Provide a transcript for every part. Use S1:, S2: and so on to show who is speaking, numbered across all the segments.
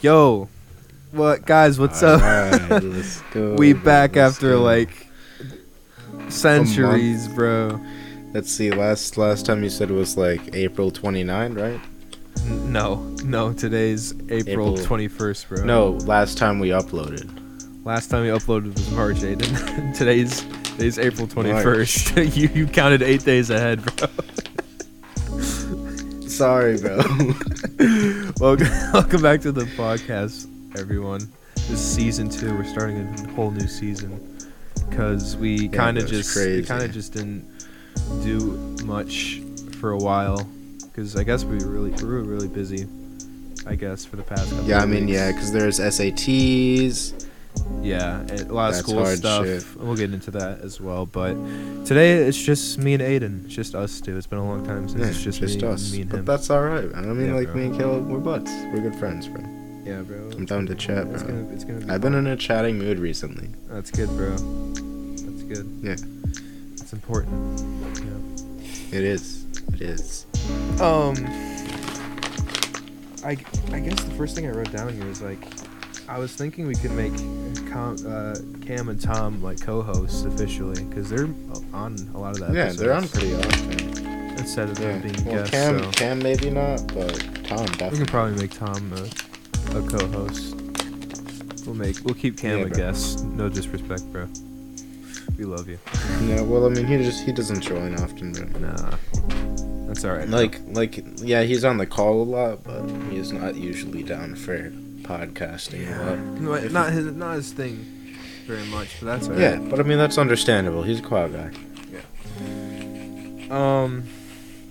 S1: Yo, what guys? What's
S2: All
S1: up?
S2: right, let's go,
S1: we
S2: bro,
S1: back
S2: let's
S1: after
S2: go.
S1: like centuries, bro.
S2: Let's see. Last last time you said it was like April 29, right?
S1: N- No, no. Today's April
S2: April.
S1: twenty first, bro.
S2: No, last time we uploaded.
S1: Last time we uploaded was March eighth, and today's today's April twenty first. you you counted eight days ahead, bro.
S2: Sorry, bro.
S1: welcome, welcome back to the podcast, everyone. This is season two. We're starting a whole new season because we
S2: Yeah,
S1: kind of
S2: that's
S1: just
S2: crazy.
S1: kind of just didn't do much for a while because I guess we really we were really busy. I guess for the past couple
S2: yeah, I
S1: of
S2: mean,
S1: weeks.
S2: yeah, because there's SATs.
S1: Yeah, and a lot of
S2: That's
S1: school
S2: hard
S1: stuff.
S2: shit.
S1: and We'll get into that as well. But today it's just me and Aiden. It's just us two. It's been a long time since
S2: Yeah,
S1: it's just, me,
S2: us.
S1: me and
S2: but
S1: him.
S2: that's all right. man. I mean,
S1: Yeah,
S2: like
S1: bro.
S2: me and Caleb, we're butts. We're good friends, bro.
S1: yeah, bro.
S2: I'm down to chat,
S1: It's
S2: bro.
S1: gonna, it's gonna be
S2: I've been in a chatting mood recently.
S1: That's good, bro. That's good.
S2: Yeah.
S1: It's important.
S2: It is. It is.
S1: Um, I I guess the first thing I wrote down here is like, I was thinking we could make Com, uh, Cam and Tom like co-hosts officially because they're on a lot of the
S2: Yeah,
S1: episodes.
S2: they're on pretty often.
S1: instead of
S2: Yeah.
S1: them being
S2: Well,
S1: guests.
S2: Cam,
S1: so
S2: Cam, maybe not, but Tom
S1: we
S2: definitely.
S1: can probably make Tom a, a co-host. We'll make we'll keep Cam
S2: Yeah,
S1: a
S2: bro.
S1: guest. No disrespect, bro. We love you.
S2: Yeah, well, I mean, he just he doesn't join often, bro.
S1: Nah, that's all right. though.
S2: Like, like, yeah, he's on the call a lot, but he's not usually down for podcasting a lot.
S1: No,
S2: If
S1: not his not his thing very much, but that's
S2: Yeah,
S1: alright.
S2: but I mean that's understandable. He's a quad guy.
S1: Um,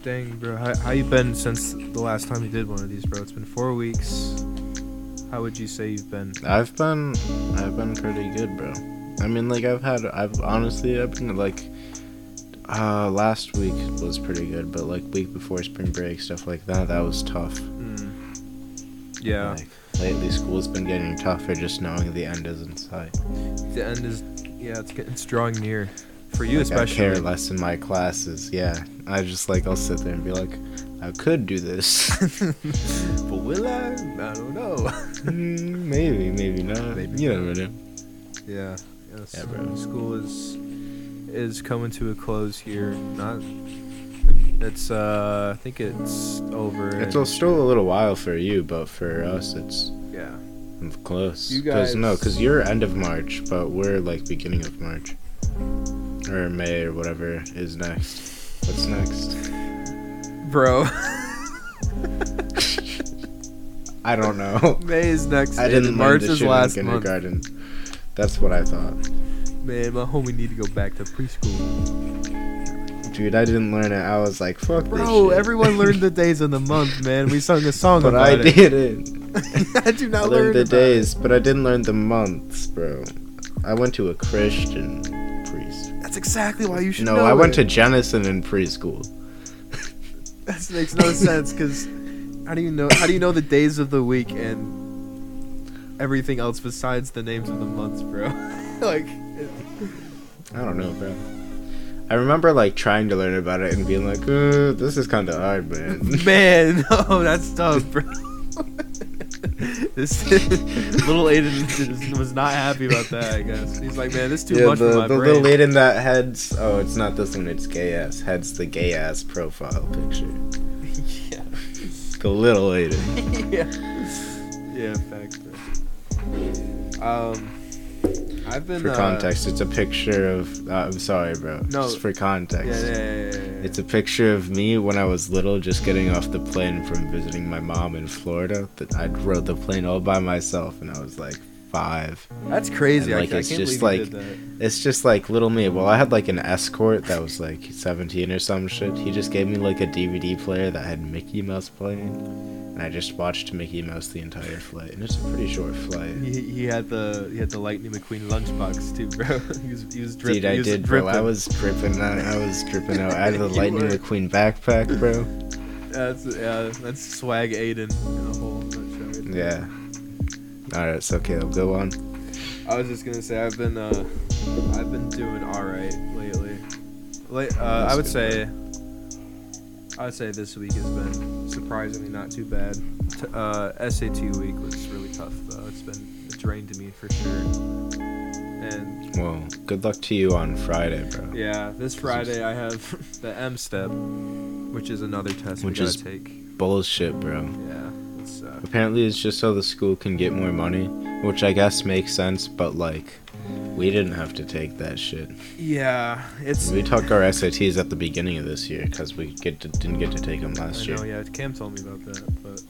S1: dang, bro, how, how you been since the last time you did one of these, bro? It's been four weeks. How would you say you've been?
S2: I've been, I've been pretty good, bro. I mean, like I've had, I've honestly, I've been like, uh, last week was pretty good, but like week before spring break stuff like that, that was tough.
S1: Mm. Yeah,
S2: Like, lately, school's been getting tougher. Just knowing the end is in sight.
S1: the end is. Yeah, it's getting, it's drawing near. For you,
S2: Like,
S1: especially.
S2: I care less in my classes. Yeah, I just like I'll sit there and be like, I could do this.
S1: but will I? I don't know.
S2: Mm, maybe, maybe not.
S1: Maybe
S2: You never know.
S1: Yeah. Yes.
S2: Yeah, bro.
S1: School is is coming to a close here. Not. It's uh. I think it's over.
S2: It's
S1: in-
S2: al- still a little while for you, but for us, it's
S1: Yeah.
S2: close.
S1: You
S2: Cause, no,
S1: guys-
S2: because you're end of March, but we're like beginning of March. Or May or whatever is next. What's next?
S1: Bro,
S2: I don't know.
S1: May is next.
S2: I
S1: May.
S2: didn't learn
S1: March
S2: this
S1: is
S2: shit
S1: last
S2: in
S1: month.
S2: kindergarten. That's what I thought.
S1: Man, my homie need to go back to preschool.
S2: Dude, I didn't learn it. I was like, fuck this
S1: Bro,
S2: shit.
S1: everyone learned the days of the month, man. We sung a song
S2: But
S1: about
S2: I
S1: it.
S2: didn't.
S1: I do
S2: I
S1: not learn
S2: learned the
S1: about It.
S2: days, but I didn't learn the months, bro. I went to a Christian priest.
S1: That's exactly why you should
S2: No,
S1: know
S2: I went
S1: it.
S2: to Jennison in preschool.
S1: That makes no sense because how do you know? How do you know the days of the week and everything else besides the names of the months, bro? like, it,
S2: I don't know, bro. I remember like trying to learn about it and being like, uh, "This is kind of hard, man."
S1: man, no, that's tough, bro. this little Aiden is- was not happy about that. I guess he's like, man, this is too
S2: yeah,
S1: much for
S2: the,
S1: my
S2: the
S1: brain.
S2: little lid in that heads. Oh, it's not this one. It's gay ass. Heads the gay ass profile picture.
S1: yeah.
S2: The little Aiden.
S1: yeah. Yeah, facts, bro. Um, I've been
S2: For
S1: uh,
S2: context, it's a picture of. Uh, I'm sorry, bro.
S1: No.
S2: Just for
S1: Yeah,
S2: context.
S1: yeah, yeah, yeah, yeah.
S2: It's a picture of me when I was little, just getting off the plane from visiting my mom in Florida. That I rode the plane all by myself, and I was like five.
S1: that's crazy.
S2: and,
S1: I
S2: like,
S1: ca- I,
S2: it's
S1: can't
S2: just
S1: believe you
S2: like-
S1: did that.
S2: It's just like little me. Well, I had like an escort that was like 17 or some shit. He just gave me like a DVD player that had Mickey Mouse playing, and I just watched Mickey Mouse the entire flight. And it's a pretty short flight.
S1: He, he had the he had the Lightning McQueen lunchbox too, bro. he was he was dripping.
S2: Dude, I
S1: he was
S2: did,
S1: dripping.
S2: bro. I was dripping out. I was dripping out. I had the
S1: You
S2: Lightning
S1: were.
S2: McQueen backpack, bro.
S1: That's yeah, that's swag Aiden in a whole nutshell. right
S2: Yeah. All right, so Caleb, go on.
S1: I was just gonna say I've been uh I've been doing all right lately. Late, uh, I would say I would say this week has been surprisingly not too bad. T- uh, SAT week was really tough though. It's been a drain to me for sure. And
S2: Well, good luck to you on Friday, bro.
S1: yeah, this
S2: Cause it's-
S1: Friday I have the M step, which is another test
S2: Which
S1: we
S2: is-
S1: gotta take.
S2: Bullshit, bro.
S1: Yeah, it's uh,
S2: Apparently, it's just so the school can get more money, which I guess makes sense, but like, we didn't have to take that shit.
S1: yeah, it's.
S2: We took our SATs at the beginning of this year because we get to, didn't get to take them last
S1: I
S2: year.
S1: know, yeah. Cam told me about that, but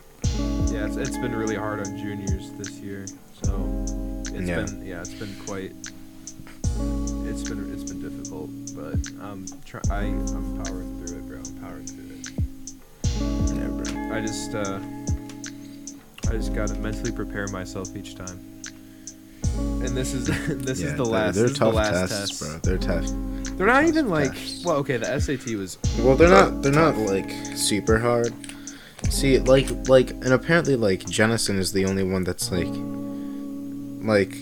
S1: yeah, it's, it's been really hard on juniors this year. So it's
S2: Yeah.
S1: been yeah, it's been quite. It's been it's been difficult, but um, try, I I'm powering through it, bro. I'm powering through it.
S2: Yeah, bro.
S1: I just uh, I just gotta mentally prepare myself each time. And this is this
S2: Yeah,
S1: is the
S2: they're-
S1: last.
S2: They're
S1: this is the
S2: tough
S1: last test.
S2: tests, bro. They're tough.
S1: They're not
S2: Tough
S1: even like
S2: tests.
S1: well, okay. The SAT was
S2: Well, they're not. They're not like super hard. See, like, like, and apparently, like, Jennison is the only one that's like, like,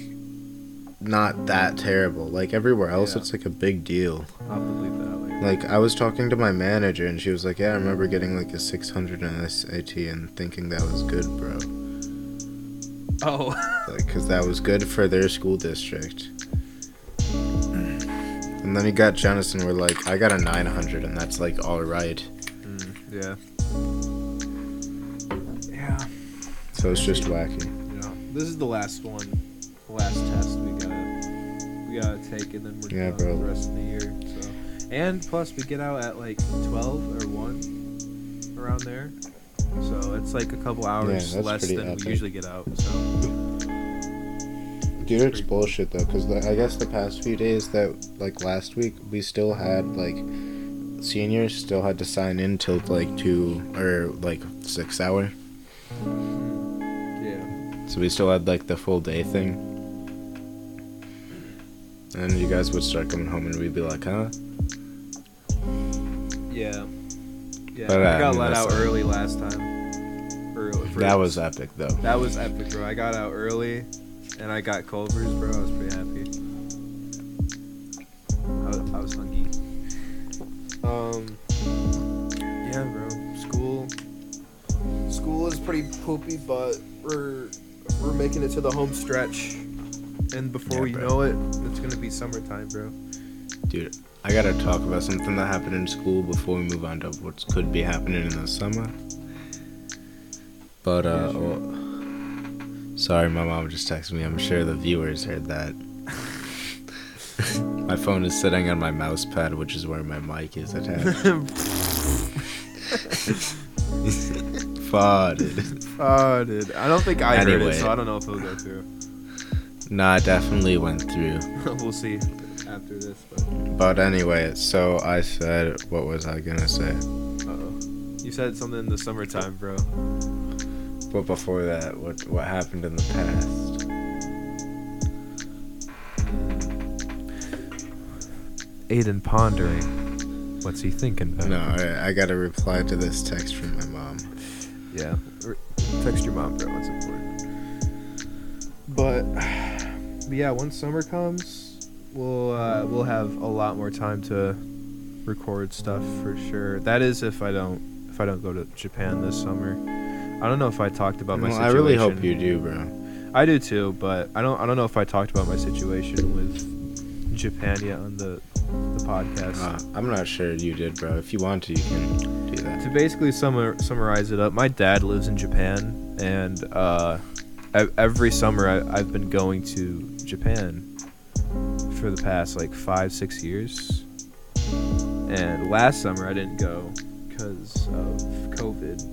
S2: not that terrible. Like everywhere else,
S1: Yeah.
S2: it's like a big deal.
S1: I'll believe that later.
S2: Like I was talking to my manager, and she was like, "Yeah, I remember getting like a 600 in SAT and thinking that was good, bro.
S1: Oh.
S2: Like, cause that was good for their school district." And then he got Jennison. We're like, I got a 900, and that's like all right.
S1: Yeah. Yeah.
S2: So it's just wacky.
S1: You know, this is the last one, the last test we gotta we gotta take, and then we're
S2: Yeah,
S1: done
S2: bro.
S1: the rest of the year. So, and plus we get out at like twelve or one, around there. So it's like a couple hours
S2: that's
S1: less
S2: pretty
S1: than
S2: epic.
S1: we usually get out. So
S2: Dude, it's bullshit though, because I guess the past few days that, like last week, we still had like seniors still had to sign in till like two or like six hour.
S1: yeah,
S2: So we still had like the full day thing. And you guys would start coming home and we'd be like, huh?
S1: yeah, yeah.
S2: But,
S1: we
S2: uh,
S1: got let
S2: that's-
S1: out early last time. Early, for-
S2: That was epic though.
S1: that was epic, bro. I got out early, and I got Culver's, bro. I was pretty happy. I was, I was hungry. Um, yeah, bro. School, school is pretty poopy, but we're we're making it to the home stretch, and before
S2: Yeah,
S1: we
S2: bro.
S1: know it, it's gonna be summertime, bro.
S2: Dude, I gotta talk about something that happened in school before we move on to what could be happening in the summer. But, uh,
S1: Yeah, sure.
S2: oh, sorry, my mom just texted me. I'm sure the viewers heard that. my phone is sitting on my mouse pad, which is where my mic is attached. Farted.
S1: oh, dude. I don't think I heard
S2: Anyway.
S1: it, so I don't know if it'll go through.
S2: Nah, it definitely went through.
S1: we'll see after this, but
S2: But anyway, so I said, what was I gonna say?
S1: uh-oh. You said something in the summertime, bro.
S2: But before that, what what happened in the past?
S1: Aiden pondering. What's he thinking about?
S2: No, I, I gotta reply to this text from my mom.
S1: Yeah. Or text your mom, bro. It's important. But, but yeah, once summer comes, we'll uh, we'll have a lot more time to record stuff for sure. That is if I don't if I don't go to Japan this summer. I don't know if I talked about my
S2: Well, I
S1: situation.
S2: really hope you do, bro.
S1: I do too, but I don't I don't know if I talked about my situation with Japan yet on the the podcast.
S2: Uh, I'm not sure you did, bro. If you want to, you can do that.
S1: to basically summa- summarize it up, my dad lives in Japan, and uh, e- every summer I- I've been going to Japan for the past like five, six years. And last summer I didn't go because of COVID.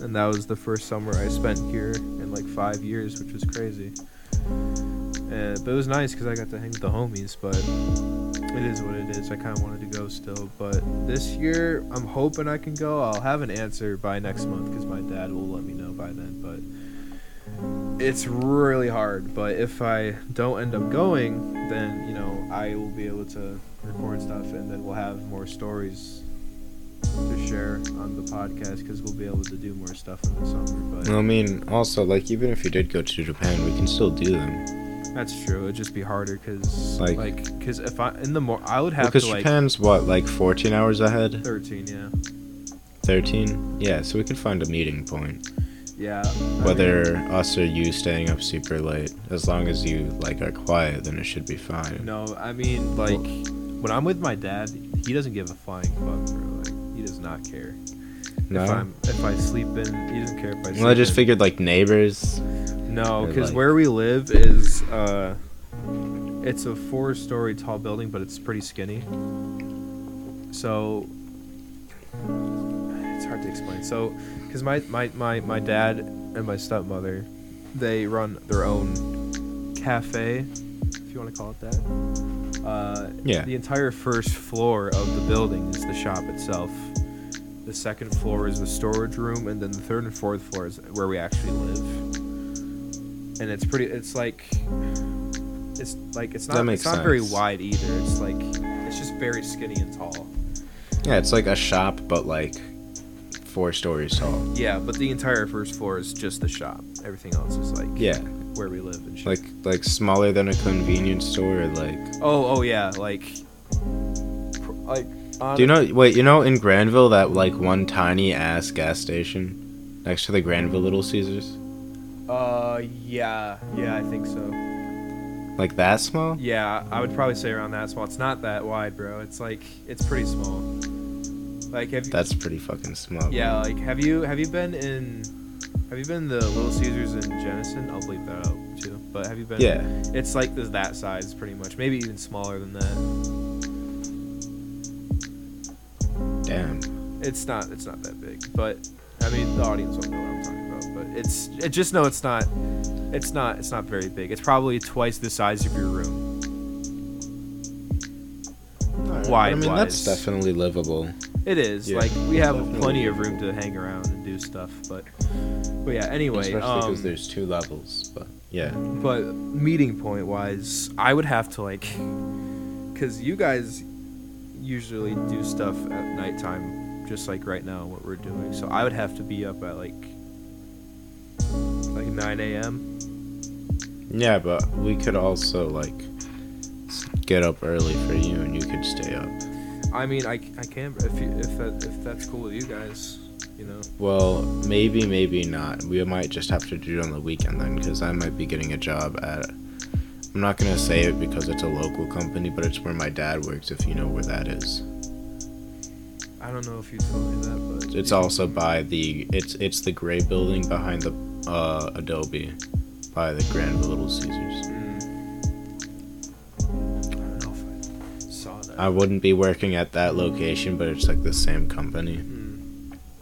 S1: And that was the first summer I spent here in like five years, which was crazy. And, Uh, but it was nice because I got to hang with the homies, but it is what it is. I kind of wanted to go still, but this year I'm hoping I can go. I'll have an answer by next month because my dad will let me know by then. But it's really hard. But if I don't end up going, then you know I will be able to record stuff, and then we'll have more stories to share on the podcast because we'll be able to do more stuff in the summer. But
S2: I mean, also, like, even if you did go to Japan, we can still do them.
S1: that's true. It'd just be harder because
S2: Like-
S1: like because if I in the more I would have
S2: Because
S1: to like
S2: Japan's what, like, 14 hours ahead?
S1: 13, yeah.
S2: 13? Yeah, so we could find a meeting point.
S1: Yeah.
S2: Whether us or you staying up super late, as long as you like are quiet, then it should be fine.
S1: No, I mean like when I'm with my dad, he doesn't give a flying fuck, bro. Like he does not care.
S2: No?
S1: If I'm if I sleep in, he doesn't care if I. sleep
S2: Well, I just
S1: in.
S2: figured like neighbors.
S1: No,
S2: Or,
S1: because
S2: like-
S1: where we live is uh, it's a four-story tall building, but it's pretty skinny. So it's hard to explain. So, because my, my my my dad and my stepmother, they run their own cafe, if you want to call it that. Uh,
S2: Yeah.
S1: The entire first floor of the building is the shop itself. The second floor is the storage room, and then the third and fourth floor is where we actually live and it's pretty it's like it's like it's
S2: That
S1: not
S2: makes
S1: it's not very
S2: sense.
S1: wide either it's like it's just very skinny and tall
S2: Yeah, it's like a shop, but like four stories tall.
S1: yeah but the entire first floor is just the shop everything else is like
S2: Yeah,
S1: where we live and shit.
S2: like like smaller than a convenience store. or, Like,
S1: oh oh yeah like pr- like on
S2: do you know? Wait, you know in Granville that like one tiny ass gas station next to the Granville Little Caesars,
S1: uh yeah yeah i think so
S2: like that small?
S1: yeah i would probably say around that small it's not that wide bro it's like it's pretty small like have you,
S2: That's pretty fucking small.
S1: Yeah, like have you have you been in have you been the Little Caesars in Jenison? I'll bleep that out too. But have you been?
S2: Yeah.
S1: It's like this that size pretty much, maybe even smaller than that.
S2: Damn.
S1: It's not it's not that big, but I mean the audience will know what I'm talking about. But it's it, just know it's not it's not it's not very big. It's probably twice the size of your room.
S2: I mean, that's
S1: Wide-wise.
S2: definitely livable.
S1: It is
S2: Yeah,
S1: like we have
S2: definitely.
S1: plenty of room to hang around and do stuff. But but yeah, anyway.
S2: Especially
S1: um,
S2: because there's two levels, but yeah.
S1: But meeting point wise, I would have to like, cause you guys usually do stuff at nighttime, just like right now what we're doing. So I would have to be up at like like 9 a.m.
S2: Yeah, but we could also like s- get up early for you, and you could stay up.
S1: I mean, I, I can if you, if that if that's cool with you guys, you know.
S2: Well, maybe, maybe not. We might just have to do it on the weekend then, because I might be getting a job at. I'm not gonna say it because it's a local company, but it's where my dad works. If you know where that is,
S1: I don't know if you told me that, but
S2: it's also by the. It's it's the gray building behind the uh, Adobe, by the Grand Little Caesars.
S1: Mm. I don't know if I saw that.
S2: I wouldn't be working at that location, but it's like the same company,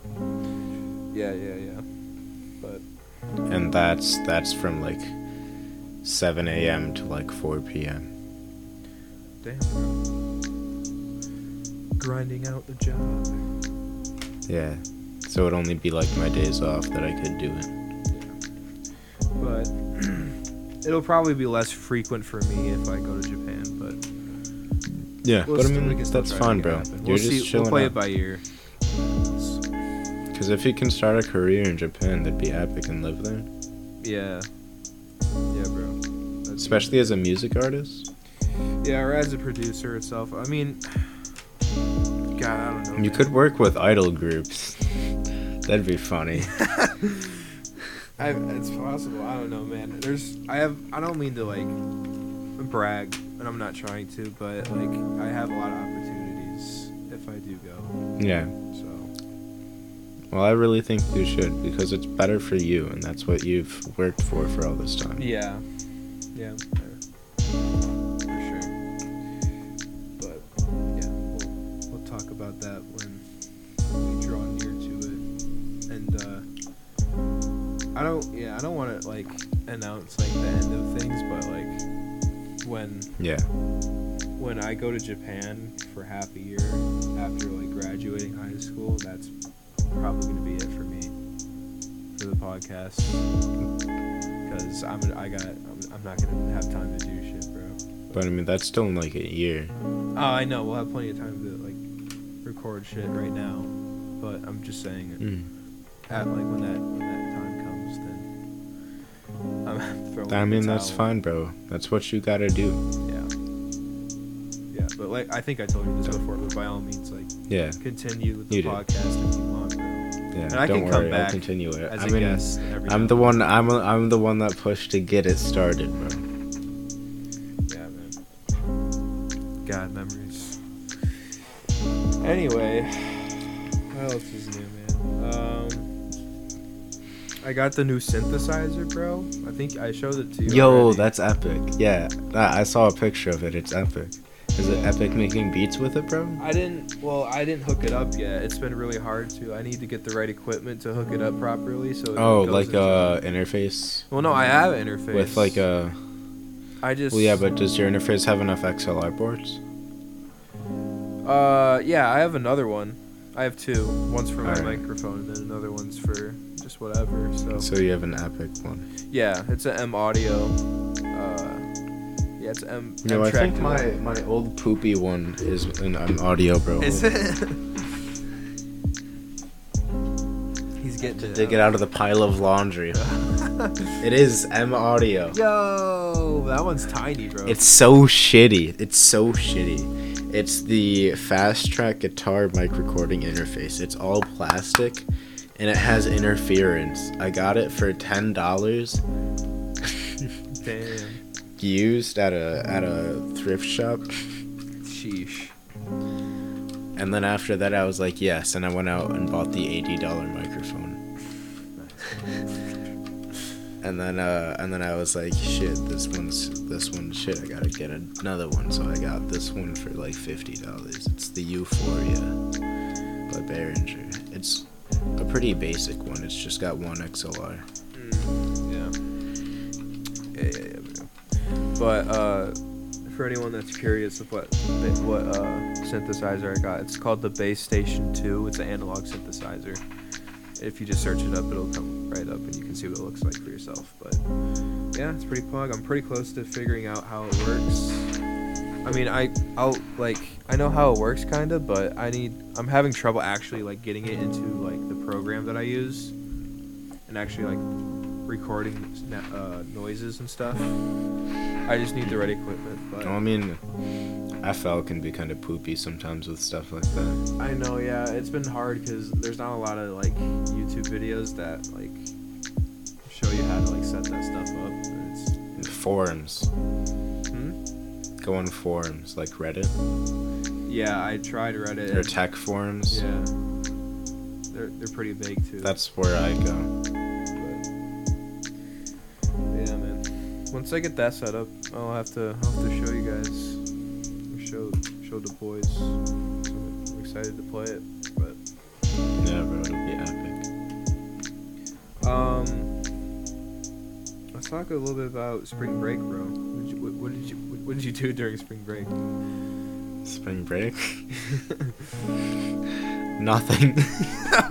S1: Mm. Yeah, yeah, yeah. But
S2: and that's that's from like 7 a.m. to like 4 p.m.
S1: Damn, bro. Grinding out the job.
S2: Yeah. So it'd only be like my days off that I could do it.
S1: But it'll probably be less frequent for me if I go to Japan, but
S2: Yeah,
S1: we'll
S2: but I
S1: still- we
S2: mean
S1: can still
S2: that's
S1: try to
S2: fine,
S1: make it
S2: bro.
S1: happen.
S2: You're
S1: We'll
S2: just
S1: see,
S2: chilling
S1: We'll play
S2: out.
S1: it by ear.
S2: Cause if you can start a career in Japan, that'd be epic and live there.
S1: Yeah. Yeah, bro. That's-
S2: Especially as a music artist,
S1: Yeah, or as a producer itself. I mean God, I don't know. man.
S2: you could work with idol groups. that'd be funny.
S1: I, it's possible. I don't know, man. There's, I have, I don't mean to like brag, and I'm not trying to, but like I have a lot of opportunities if I do go.
S2: yeah.
S1: So
S2: Well, I really think you should because it's better for you, and that's what you've worked for for all this time.
S1: yeah, yeah, for sure. But yeah, we'll, we'll talk about that when we draw near to it, and uh, I don't, yeah, I don't want to like announce like the end of things, but like when
S2: Yeah.
S1: when I go to Japan for half a year after like graduating high school, that's probably gonna be it for me for the podcast because I'm I got I'm, I'm not gonna have time to do shit, bro.
S2: But I mean, that's still in like a year.
S1: Oh, I know we'll have plenty of time to like record shit right now, but I'm just saying
S2: Mm.
S1: at like when that when that time comes, then I'm throwing.
S2: I
S1: in the
S2: mean, that's
S1: towel.
S2: fine, bro. That's what you gotta do.
S1: Yeah. Yeah, but like I think I told you this before, but by all means, like
S2: Yeah.
S1: continue with the
S2: You do.
S1: podcast if you want. bro.
S2: Yeah,
S1: And
S2: don't
S1: I can
S2: worry,
S1: come
S2: I'll
S1: back
S2: continue it.
S1: as
S2: I
S1: a
S2: mean,
S1: guest. Every
S2: I'm
S1: now
S2: the
S1: and
S2: one. I'm I'm the one that pushed to get it started, bro.
S1: then. Yeah, man. God memories. Anyway, what else is new, man? Um, I got the new synthesizer, bro. I think I showed it to you.
S2: Yo,
S1: already.
S2: that's epic. Yeah, I I saw a picture of it. It's epic. Is it epic making beats with it, bro?
S1: I didn't. Well, I didn't hook it up yet. It's been really hard to. I need to get the right equipment to hook it up properly. So. it
S2: Oh,
S1: goes
S2: like
S1: into-
S2: a interface
S1: Well, no, I have an interface
S2: with like a.
S1: I just.
S2: Well, yeah, but does your interface have enough XLR ports?
S1: Uh, yeah, I have another one. I have two. One's for my
S2: Alright.
S1: microphone, and then another one's for just whatever. So.
S2: So you have an epic one.
S1: Yeah, it's an M Audio. Uh, yeah, it's M.
S2: No, I
S1: M-Track
S2: think my
S1: Duo.
S2: my old poopy one is an, an audio, bro.
S1: Is it? He's getting
S2: To dig it out of the pile of laundry. it is M Audio.
S1: Yo, that one's tiny, bro.
S2: It's so shitty. It's so shitty. It's the fast track guitar mic recording interface. It's all plastic and it has interference. I got it for ten dollars
S1: damn.
S2: used at a at a thrift shop.
S1: Sheesh.
S2: And then after that I was like yes and I went out and bought the eighty dollar microphone. And then, uh, and then I was like, "Shit, this one's this one. Shit, I gotta get another one." So I got this one for like fifty dollars. It's the Euphoria by Behringer. It's a pretty basic one. It's just got one XLR.
S1: Mm, yeah. Yeah, yeah, yeah. we know. But uh, for anyone that's curious of what ba- what uh, synthesizer I got, it's called the Base Station Two. It's an analog synthesizer. If you just search it up, it'll come right up, and you can see what it looks like for yourself. But yeah, it's pretty plug. I'm pretty close to figuring out how it works. I mean, I I'll like I know how it works kind of, but I need I'm having trouble actually like getting it into like the program that I use, and actually like recording na- uh, noises and stuff. I just need the right equipment, but
S2: I mean, FL can be kind of poopy sometimes with stuff like that.
S1: I know, yeah, it's been hard because there's not a lot of like YouTube videos that like show you how to like set that stuff up. and It's
S2: Forums.
S1: Hmm?
S2: Go on forums like Reddit
S1: yeah, I tried Reddit.
S2: or
S1: and-
S2: tech forums.
S1: Yeah, they're they're pretty vague too.
S2: That's where I go.
S1: But yeah, man. Once I get that set up, I'll have to I'll have to show you guys, or show show the boys. So I'm excited to play it, but
S2: Yeah, bro, it'll be epic.
S1: um, let's talk a little bit about spring break, bro. What did you what, what did you what, what did you do during spring break?
S2: Spring break. Nothing.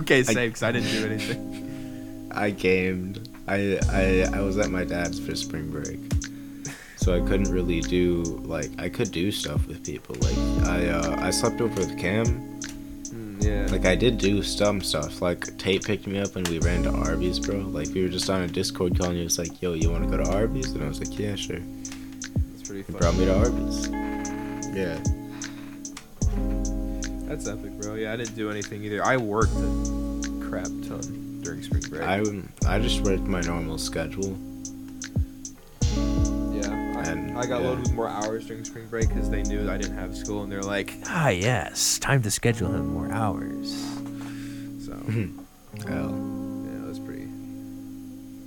S1: okay,
S2: I-
S1: same, cause I didn't do anything.
S2: I gamed. I, I I was at my dad's for spring break, so I couldn't really do like I could do stuff with people. Like I uh, I slept over with Cam.
S1: Mm, yeah.
S2: Like I did do some stuff. Like Tate picked me up and we ran to Arby's, bro. Like we were just on a Discord call and he was like, "Yo, you want to go to Arby's?" And I was like, "Yeah, sure."
S1: that's pretty
S2: He
S1: fun.
S2: brought me to Arby's. Yeah.
S1: That's epic, bro. Yeah, I didn't do anything either. I worked a crap ton during spring break.
S2: I I just worked my normal schedule.
S1: Yeah, I,
S2: And-
S1: I got
S2: yeah.
S1: loaded with more hours during spring break because they knew I didn't have school, and they're like, ah, yes, time to schedule him more hours. So yeah,
S2: Hell.
S1: it was pretty,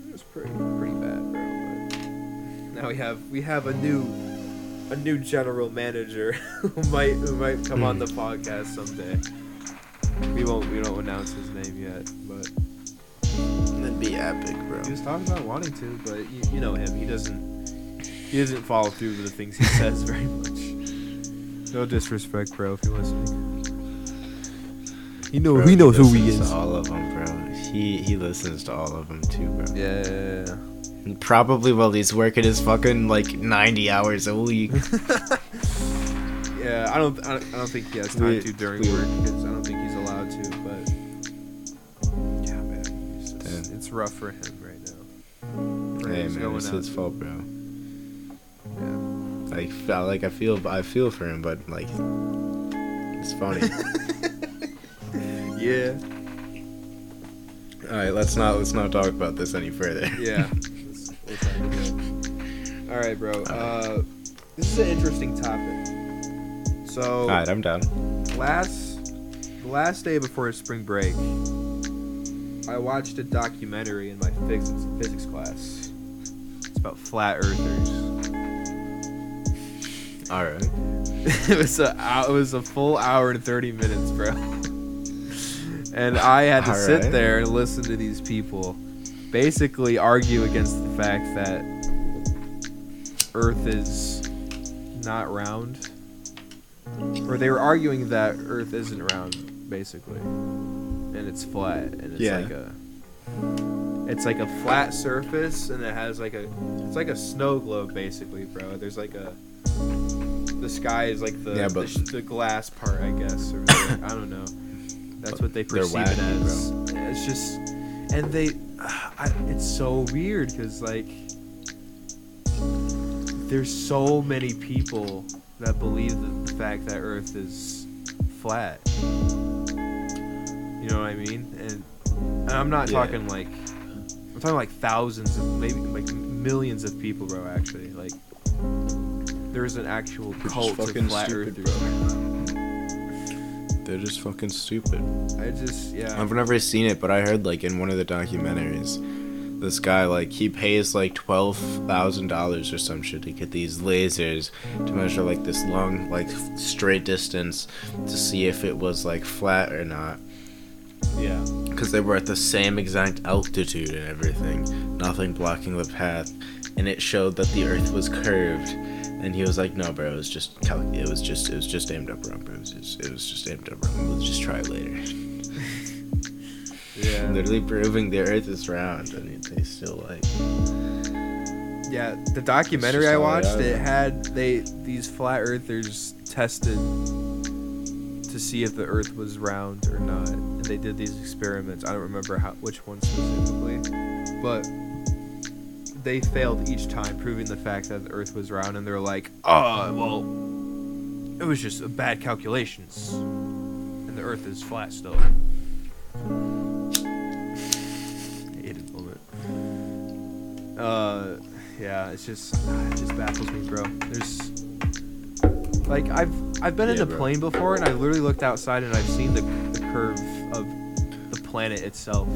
S1: it was pretty, pretty bad, bro. But now we have we have a new, a new general manager who might who might come on the podcast someday. We won't we don't announce his name yet, but
S2: That'd be epic, bro.
S1: he was talking about wanting to, but you, you know him. He doesn't. He doesn't follow through with the things he says very much. No disrespect, bro. If you're listening, you know
S2: Bro,
S1: he knows who he
S2: listens
S1: is.
S2: To all of them, bro. He he listens to all of them too, bro.
S1: Yeah.
S2: And Probably while he's working his fucking like ninety hours a week.
S1: Yeah. I don't. I don't, I don't think he has time
S2: We-
S1: to during
S2: we-
S1: work because I don't think he's allowed to. But yeah, man. It's, just,
S2: Damn.
S1: it's rough for him right now.
S2: hey
S1: Prayers
S2: man,
S1: going
S2: it's
S1: out.
S2: his fault, bro.
S1: Yeah.
S2: Like I- like I feel I feel for him, but like it's funny.
S1: Yeah.
S2: All right, let's not let's not talk about this any further.
S1: Yeah. Let's- let's end it. All right, bro. Uh, this is an interesting topic. So
S2: All right, I'm down.
S1: last the last day before spring break, I watched a documentary in my physics physics class. It's about flat earthers.
S2: All right.
S1: it was a hou- it was a full hour and thirty minutes, bro. and I had to sit
S2: Alright.
S1: there and listen to these people basically argue against the fact that Earth is not round. Or they were arguing that Earth isn't round, basically. And it's flat. And it's
S2: Yeah.
S1: like a it's like a flat surface and it has like a it's like a snow globe basically, bro. There's like a the sky is like the
S2: Yeah,
S1: the,
S2: but-
S1: sh- the glass part, I guess, or whatever. I don't know. That's what they
S2: They're
S1: perceive it
S2: wacky,
S1: as. It's just, and they, I, it's so weird because like, there's so many people that believe that the fact that Earth is flat. You know what I mean? And, and I'm not
S2: Yeah.
S1: talking like, I'm talking like thousands of maybe like millions of people, bro. Actually, like. There's an actual
S2: just
S1: cult of
S2: fucking
S1: flat
S2: stupid,
S1: earthers.
S2: They're just fucking stupid.
S1: I just, yeah.
S2: I've never seen it, but I heard like in one of the documentaries, this guy like he pays like twelve thousand dollars or some shit to get these lasers to measure like this long like f- straight distance to see if it was like flat or not,
S1: Yeah.
S2: because they were at the same exact altitude and everything, nothing blocking the path, and it showed that the Earth was curved. And he was like, "No, bro, it was just cal- it was just it was just aimed up wrong, bro. It was just, it was just aimed up wrong. We'll just try it later."
S1: Yeah.
S2: literally proving the earth is round and they still like
S1: Yeah, the documentary
S2: It's just
S1: I
S2: all
S1: watched,
S2: AI.
S1: it had they these flat earthers tested to see if the Earth was round or not, and they did these experiments. I don't remember how which one specifically, but they failed each time, proving the fact that the Earth was round, and they're like, "Oh, well, it was just a bad calculations, and the Earth is flat still." Hated moment. Uh, yeah, it's just ah, it just baffles me, bro. There's like I've I've been in
S2: Yeah,
S1: a
S2: bro.
S1: plane before, and I literally looked outside and I've seen the, the curve of the planet itself.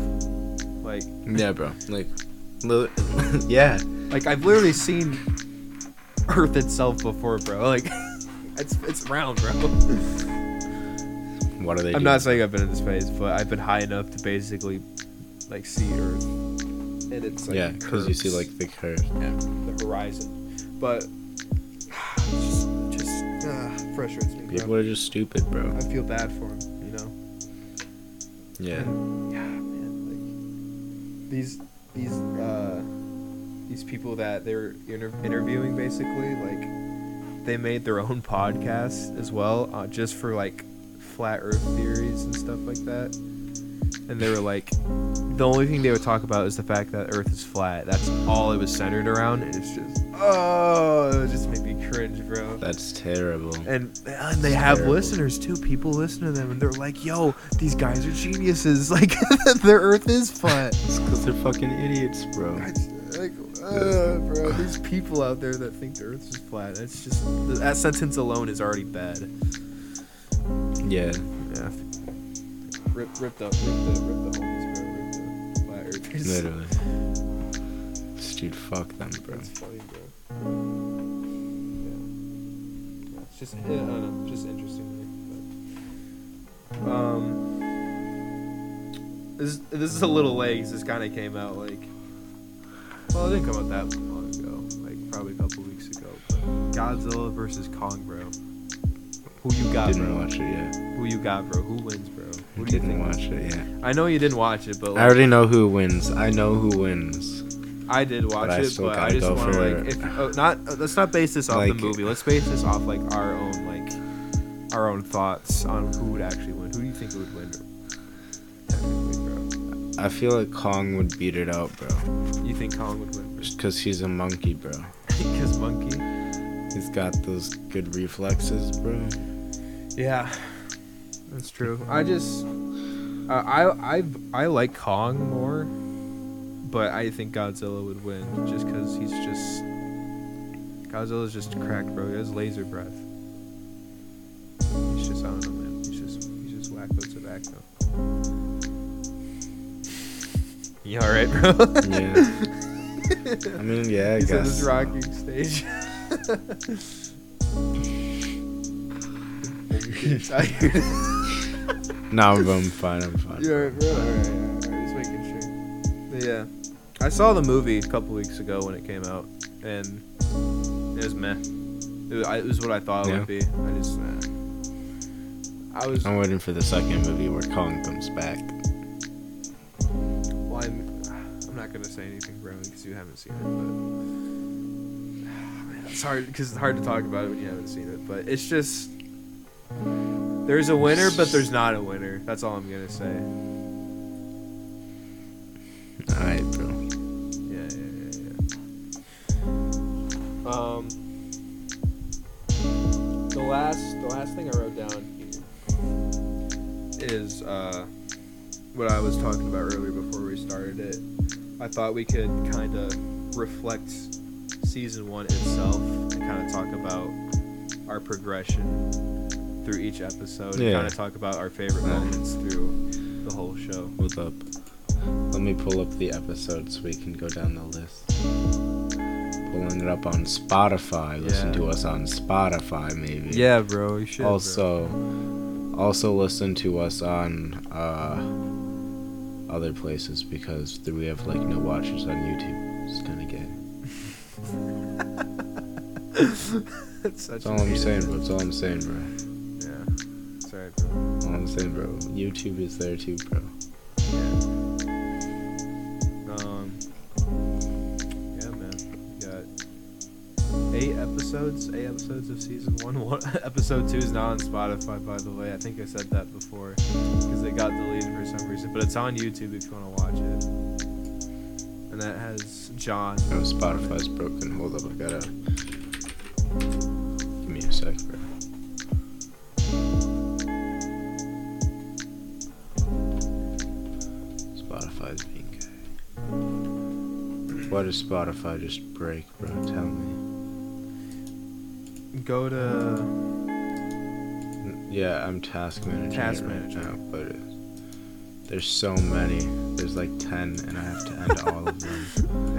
S1: Like
S2: yeah bro like li- yeah
S1: like I've literally seen Earth itself before, bro. Like it's it's round, bro.
S2: what are they
S1: I'm not saying I've been in this phase, but I've been high enough to basically like see Earth, and it's like
S2: yeah because you see
S1: curves.
S2: like the curve yeah
S1: the horizon. But just, just uh, frustrates me.
S2: people
S1: Bro.
S2: are just stupid bro
S1: I feel bad for him, you know.
S2: yeah
S1: Yeah, man. Like these these uh these people that they're inter- interviewing basically like they made their own podcast as well uh, just for like flat earth theories and stuff like that and they were like the only thing they would talk about is the fact that earth is flat that's all it was centered around and it's just oh it just made me cringe bro
S2: that's terrible
S1: and, and they have
S2: terrible.
S1: listeners too. People listen to them and they're like, "Yo, these guys are geniuses. Like, their Earth is flat."
S2: it's because they're fucking idiots bro
S1: I just- like, uh, bro, these people out there that think the Earth is flat. That's just that sentence alone is already bad.
S2: yeah
S1: Yeah. Rip, ripped up, ripped up, ripped the homies, bro. Ripped the flat earthers.
S2: literally Just, dude fuck them bro
S1: That's funny, bro. Yeah. Yeah, It's just, I don't know, just interesting. to me, but- Um, this this is a little late. 'cause This kind of came out like, well, it didn't come out that long ago. Like probably a couple weeks ago. But Godzilla versus Kong, bro. Who you got,
S2: didn't
S1: bro?
S2: watch it yet
S1: Who you got, bro? Who wins, bro? Who do you
S2: didn't
S1: think?
S2: watch it yet
S1: I know you didn't watch it, but
S2: I
S1: like,
S2: already know who wins I know who wins
S1: I did watch
S2: I
S1: it,
S2: still
S1: but I
S2: gotta
S1: just
S2: go
S1: want to
S2: for
S1: like,
S2: it.
S1: if oh, not, uh, let's not base this off the
S2: Like-
S1: movie. Let's base this off like our own like our own thoughts on who would actually win. Who do you think would win? Technically,
S2: I feel like Kong would beat it out bro
S1: bro. You think Kong would win?
S2: just because he's a monkey bro
S1: Because monkey.
S2: He's got those good reflexes, bro.
S1: Yeah, that's true. I just Uh, I I I like Kong more, but I think Godzilla would win just because he's just Godzilla's just cracked, bro. He has laser breath. He's just I don't know, man. He's just he's just wacko tobacco. You all right, bro?
S2: Yeah. I mean, yeah, I
S1: he's in
S2: guess.
S1: this rocking stage. I'm tired.
S2: No, I'm, I'm fine. I'm fine.
S1: You're right, bro. Alright, alright, alright, just making sure. But yeah. I saw the movie a couple weeks ago when it came out, and it was meh. It was, I, it was what I thought it
S2: Yeah. Oh.
S1: would be. I just. Uh, I was.
S2: I'm waiting for the second movie where Kong comes back.
S1: Well, I'm, I'm not going to say anything, bro, because you haven't seen it, but. It's hard because it's hard to talk about it when you haven't seen it, but it's just. There's a winner, but there's not a winner. That's all I'm going to say.
S2: Alright, bro.
S1: yeah, yeah, yeah. yeah. Um, the last, the last thing I wrote down here is uh, what I was talking about earlier before we started it. I thought we could kind of reflect season one itself and kind of talk about our progression through each episode and
S2: Yeah.
S1: kind of talk about our favorite
S2: Yeah.
S1: moments through the whole show.
S2: What's up? Let me pull up the episode so we can go down the list. Pulling it up on Spotify. Listen
S1: Yeah.
S2: to us on Spotify, maybe.
S1: bro, you should.
S2: also, also listen to us on uh, other places because th- we have like no watchers on YouTube. It's kind of gay.
S1: That's such
S2: That's all I'm saying, bro. That's all I'm saying, bro.
S1: Yeah. Sorry, bro.
S2: All I'm saying, bro. YouTube is there too, bro.
S1: Yeah. Um. Yeah, man. We got eight episodes. Eight episodes of season one. one episode two is not on Spotify, by the way. I think I said that before because it got deleted for some reason. But it's on YouTube if you want to watch it. And that has John.
S2: No, Oh, Spotify's broken. Hold up, I gotta. Give me a sec, bro. Spotify's being gay. Why does Spotify just break, bro? Tell me.
S1: Go to.
S2: N- Yeah, I'm task manager.
S1: Task
S2: right
S1: manager.
S2: Now, but it, there's so many. There's like 10, and I have to end all of them.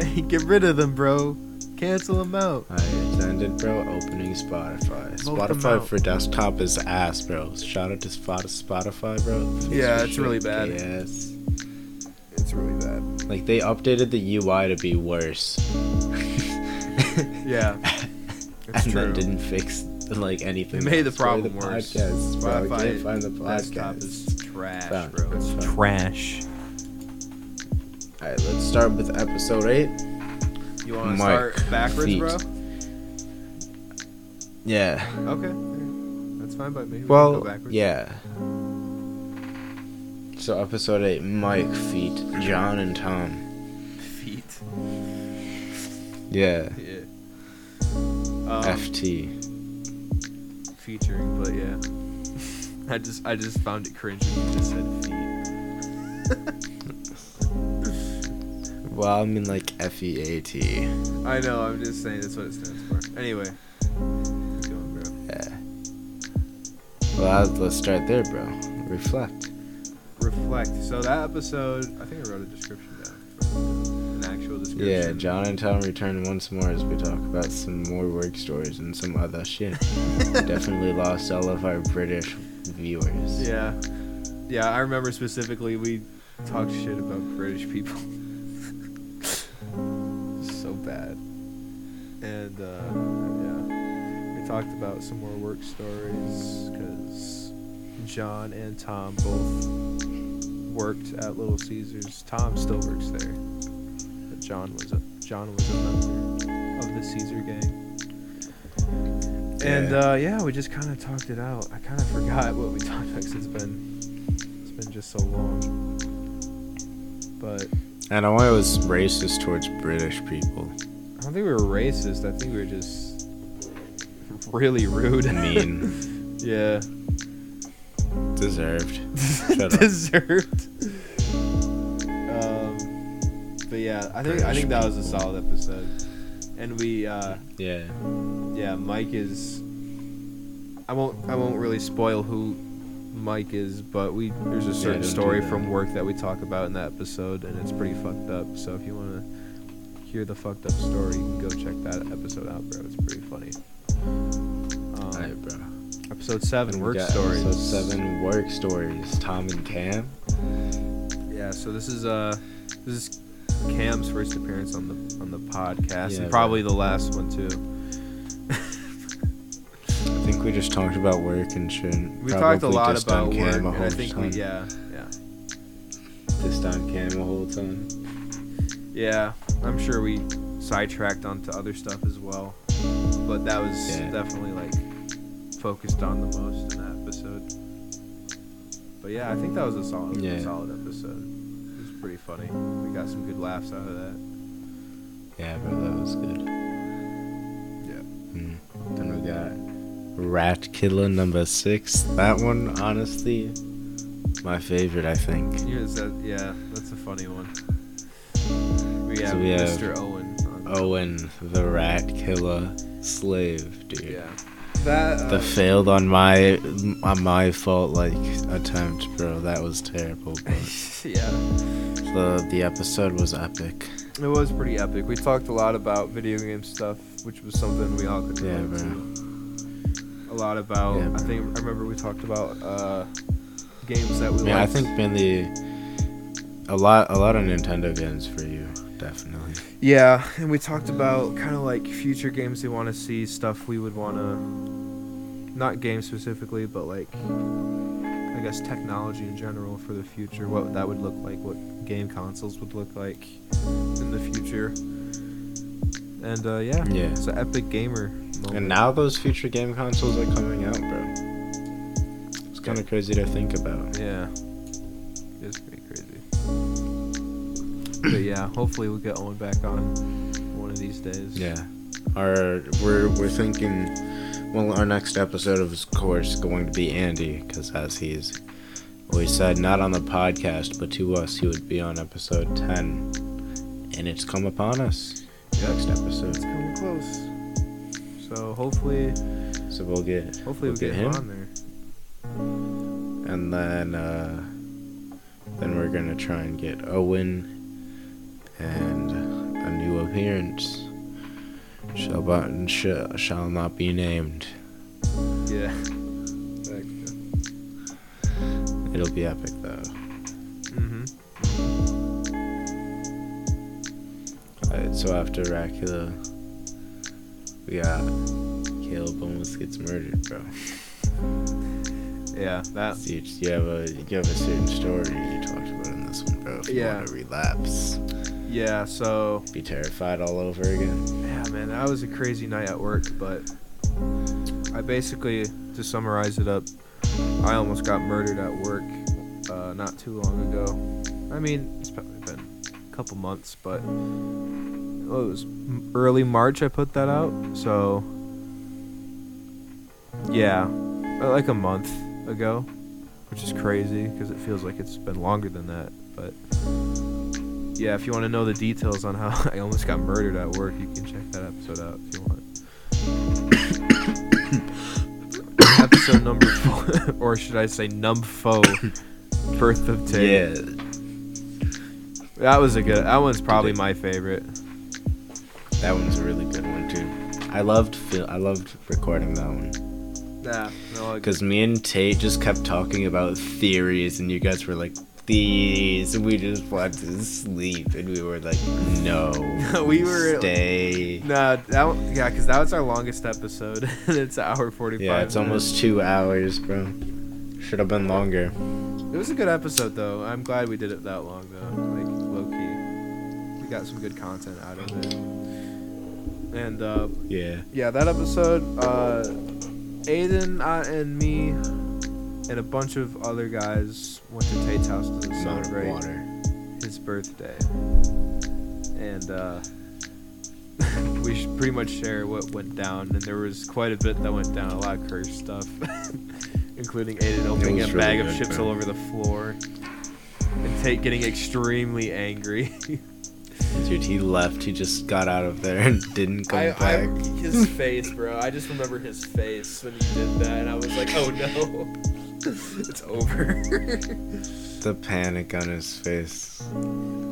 S1: Hey, get rid of them, bro. Cancel them out.
S2: I attended, bro. Opening Spotify.
S1: Vote them
S2: Spotify
S1: out.
S2: for desktop is ass, bro. Shout out to Spot- Spotify, bro.
S1: Yeah,
S2: Piece of
S1: it's really bad.
S2: Yes.
S1: It's really bad.
S2: Like they updated the UI to be worse.
S1: Yeah. It's
S2: and
S1: true.
S2: then didn't fix like anything.
S1: They made the
S2: else. Sorry,
S1: problem worse.
S2: Podcast, bro. I
S1: Spotify
S2: can't find the
S1: desktop
S2: podcast.
S1: is trash,
S2: Found it,
S1: bro.
S2: it's found it.
S1: trash.
S2: All right, let's start with episode eight.
S1: You want to
S2: Mike,
S1: start backwards,
S2: feet.
S1: bro?
S2: Yeah.
S1: Okay, alright. that's fine by me. We can go
S2: Well,
S1: backwards.
S2: yeah. So episode eight: Mike, Feet, John, and Tom.
S1: Feet.
S2: Yeah.
S1: Yeah. Um,
S2: FT.
S1: featuring, but yeah. I just I just found it cringe when you just said feet.
S2: Well, I mean like F E A T.
S1: I know. I'm just saying that's what it stands for. Anyway. Keep going, bro.
S2: Well, I- let's start there, bro. Reflect.
S1: Reflect. So that episode, I think I wrote a description down. An actual description.
S2: Yeah, John and Tom return once more as we talk about some more work stories and some other shit. Definitely lost all of our British viewers.
S1: Yeah. Yeah, I remember specifically we talked shit about British people. so bad. And, uh, yeah. We talked about some more work stories because John and Tom both worked at Little Caesars. Tom still works there. But John was a John was a member of the Caesar gang. And
S2: Yeah.
S1: uh, yeah, we just kind of talked it out. I kind of forgot what we talked about 'cause it's been it's been just so long. But
S2: I know I was racist towards British people.
S1: I don't think we were racist. I think we were just really rude.
S2: I mean,
S1: yeah.
S2: it's Deserved. Shut up.
S1: deserved. Um, but yeah, I think I think that was a solid episode, and we uh,
S2: Yeah.
S1: yeah, Mike is. I won't I won't really spoil who Mike is, but we there's a certain
S2: don't do
S1: story
S2: that.
S1: from work that we talk about in that episode, and it's pretty fucked up. So if you want to hear the fucked up story, you can go check that episode out, bro. It's pretty funny. Um,
S2: Alright, bro.
S1: episode seven,
S2: We
S1: work
S2: got
S1: stories.
S2: Episode seven work stories. Tom and Cam.
S1: Yeah, so this is uh this is Cam's first appearance on the on the podcast
S2: Yeah,
S1: and probably the last one too.
S2: I think we just talked about work and shit.
S1: We talked a
S2: Probably
S1: lot
S2: dissed
S1: about
S2: on
S1: work.
S2: Cam
S1: and
S2: a
S1: I
S2: whole
S1: think we
S2: ton.
S1: yeah, yeah.
S2: Dissed on Cam a whole ton.
S1: Yeah, I'm sure we sidetracked onto other stuff as well. But that was
S2: Yeah.
S1: definitely like focused on the most in that episode. But yeah, I think that was a solid
S2: Yeah.
S1: solid episode. It was pretty funny. We got some good laughs out of that.
S2: Yeah, bro, that was good.
S1: Yeah.
S2: Mm. Then we got Rat Killer number six. That one, honestly, my favorite, I think.
S1: Yeah, is that, yeah, that's a funny one. We have
S2: we have-
S1: Mr. Owen. On,
S2: Owen, the Rat Killer slave, dude.
S1: yeah. That uh,
S2: The failed on my on my fault like attempt, bro. That was terrible. But
S1: yeah,
S2: the the episode was epic.
S1: it was pretty epic. We talked a lot about video game stuff, which was something we all could
S2: Yeah,
S1: relate
S2: bro.
S1: to. A lot about.
S2: Yeah,
S1: I
S2: bro.
S1: think I remember we talked about uh, games that we
S2: Yeah, I
S1: liked.
S2: think mainly a lot a lot of Nintendo games for you, definitely.
S1: Yeah, and we talked about kind of like future games we want to see, stuff we would want to. Not games specifically, but like. I guess technology in general for the future, what that would look like, what game consoles would look like in the future. And uh, yeah,
S2: Yeah.
S1: it's an epic gamer moment.
S2: And now those future game consoles are coming out, bro. It's kind of crazy to think about.
S1: Yeah. It's pretty crazy. but yeah, hopefully we'll get Owen back on one of these days.
S2: Yeah. Our we're we're thinking. Well, our next episode of course going to be Andy, because as he's always said, not on the podcast, but to us, he would be on episode ten, and it's come upon us. Next episode,
S1: It's coming close. So hopefully
S2: so we'll get
S1: hopefully we
S2: Look at
S1: get him
S2: him.
S1: on there.
S2: and then uh, then we're gonna try and get Owen and a new appearance shall but sh- shall not be named.
S1: Yeah.
S2: It'll be epic though.
S1: Mm-hmm.
S2: Alright, so after Dracula, we got Caleb almost gets murdered, bro.
S1: Yeah, that
S2: Do you, do you have a you have a certain story you talked about in this one, bro? If you
S1: Yeah.
S2: want to relapse,
S1: yeah, so
S2: be terrified all over again.
S1: Yeah, man, that was a crazy night at work, but I basically, to summarize it up, I almost got murdered at work uh, not too long ago. I mean, it's probably been a couple months, but well, it was m- early March I put that out, so yeah, uh, like a month ago, which is crazy because it feels like it's been longer than that, but yeah, if you want to know the details on how I almost got murdered at work, you can check that episode out if you want. episode number four, or should I say numfo, Birth of Tay.
S2: Yeah,
S1: That was a good, that one's probably my favorite.
S2: that one's a really good one too. I loved feel I loved recording that one
S1: Yeah, no,
S2: because me and Tate just kept talking about theories, and you guys were like. These we just want to sleep, and we were like, no,
S1: We were-
S2: stay.
S1: Nah, that one, yeah, because that was our longest episode. and it's an hour forty-five.
S2: Yeah, it's
S1: minutes.
S2: almost two hours, bro. Should have been longer.
S1: It was a good episode though. I'm glad we did it that long though. Like low key, we got some good content out of it. And uh,
S2: Yeah.
S1: yeah, that episode, uh, Aiden uh, and me, and a bunch of other guys went to Tate's house to
S2: Amount of
S1: celebrate
S2: water.
S1: his birthday. And uh, we sh- pretty much share what went down, and there was quite a bit that went down, a lot of cursed stuff, including Aiden opening a
S2: was
S1: bag
S2: really
S1: of
S2: good,
S1: chips
S2: man.
S1: all over the floor and take getting extremely angry.
S2: Dude, he left. He just got out of there and didn't come
S1: I, I,
S2: back.
S1: his face, bro. I just remember his face when he did that, and I was like, oh no, it's over.
S2: The panic on his face.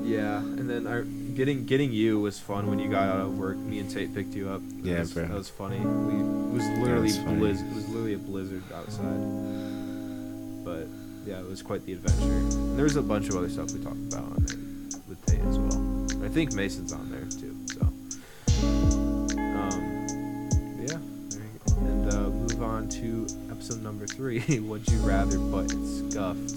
S1: yeah, and then I, getting getting you was fun when you got out of work. Me and Tate picked you up. That
S2: Yeah,
S1: was,
S2: bro.
S1: That was funny. We it was literally
S2: was funny.
S1: blizz. It was literally a blizzard outside, but yeah, it was quite the adventure. And there was a bunch of other stuff we talked about on it with Tate as well. I think Mason's on there too. So. Um, Yeah. There you go. And uh, move on to episode number three. Would you rather, but it's scuffed.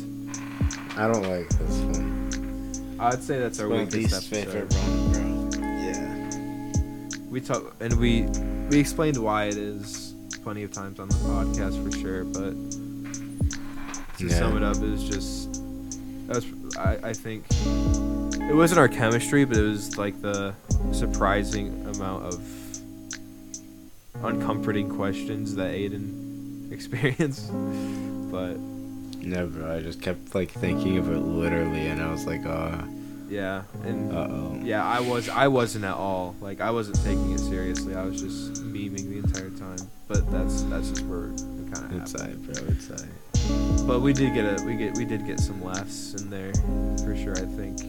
S2: I don't like this one.
S1: I'd say that's our
S2: My
S1: weakest
S2: least
S1: episode.
S2: favorite one, bro. Yeah.
S1: We talk and we we explained why it is plenty of times on the podcast for sure. But to
S2: Yeah.
S1: sum it up, it was just that's I I think it wasn't our chemistry, but it was like the surprising amount of uncomforting questions that Aiden experienced. But
S2: No, bro. I just kept like thinking of it literally, and I was like, uh,
S1: yeah, and
S2: uh oh.
S1: Yeah, I was I wasn't at all. Like I wasn't taking it seriously. I was just memeing the entire time. But that's that's just where it kind of
S2: It's I,
S1: happened.
S2: bro. It's I.
S1: But we did get a we get we did get some laughs in there for sure. I think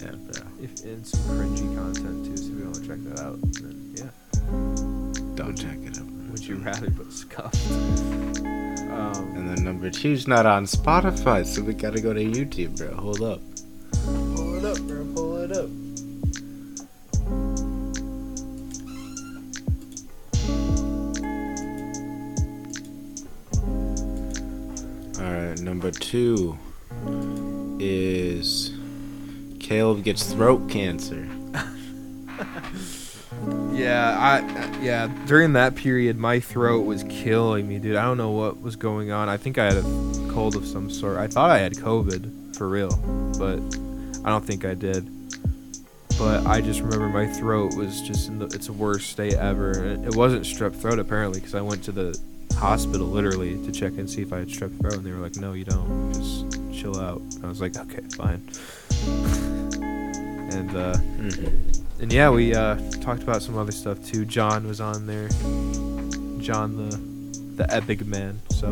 S2: Yeah, bro.
S1: if and some cringy content too. So if you want to check that out, then yeah.
S2: Don't check it out. bro.
S1: Would you rather but scuffed? Um,
S2: And then number two's not on Spotify, so we gotta go to YouTube, bro. Hold up. Pull it up, bro. Pull it up. Alright, number two is Caleb gets throat cancer.
S1: Yeah, I yeah, during that period my throat was killing me, dude. I don't know what was going on. I think I had a cold of some sort. I thought I had COVID for real, but I don't think I did. But I just remember my throat was just in the its worst state ever. And It wasn't strep throat apparently cuz I went to the hospital literally to check and see if I had strep throat and they were like, "No, you don't. Just chill out." I was like, "Okay, fine." and uh and yeah, we uh, talked about some other stuff too. John was on there. John the the epic man. So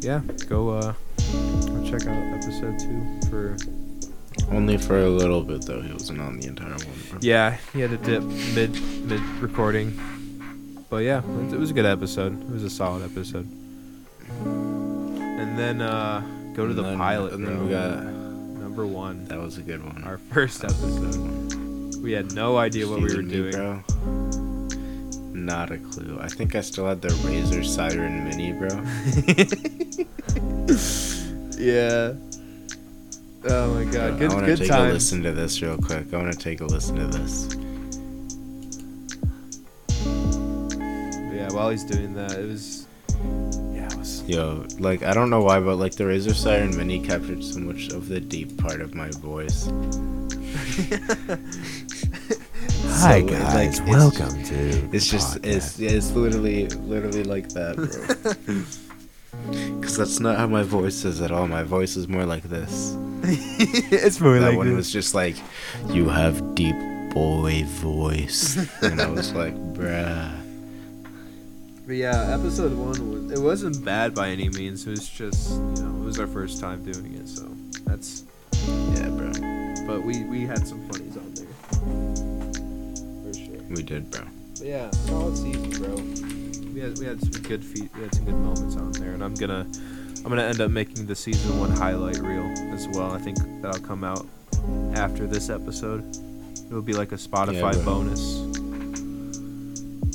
S1: yeah, go uh go check out episode two for
S2: Only for a little bit though, he wasn't on the entire one. Bro.
S1: yeah, he had a dip mid mid recording. But yeah, it, it was a good episode. It was a solid episode. And then uh go to the
S2: And then-
S1: pilot
S2: And then
S1: bro.
S2: we got
S1: number one.
S2: that was a good one.
S1: Our first
S2: That was a good
S1: episode.
S2: one.
S1: We had no idea what we were
S2: Feeling me,
S1: doing.
S2: bro? Not a clue. I think I still had the Razor Siren Mini, bro.
S1: yeah. Oh my god, good
S2: Uh, I wanna
S1: good
S2: take a
S1: times.
S2: listen to this real quick. I want to take a listen to this.
S1: Yeah, while he's doing that, it was. Yeah, it was.
S2: Yo, like I don't know why, but like the Razor Siren Mini captured so much of the deep part of my voice. Hi guys, welcome to. It's just it's yeah, it's literally literally like that, bro. Because that's not how my voice is at all. My voice is more like this.
S1: it's really
S2: that one was just like, you have deep boy voice, and I was like, bruh.
S1: But yeah, episode one was. It wasn't bad by any means. It was just you know it was our first time doing it, so that's.
S2: Yeah, bro.
S1: But we we had some funnies on there. For sure.
S2: We did, bro.
S1: But yeah, solid season, bro. We had we had some good feet. We had some good moments on there, and I'm gonna I'm gonna end up making the season one highlight reel as well. I think that'll come out after this episode. It'll be like a Spotify
S2: bro.
S1: bonus.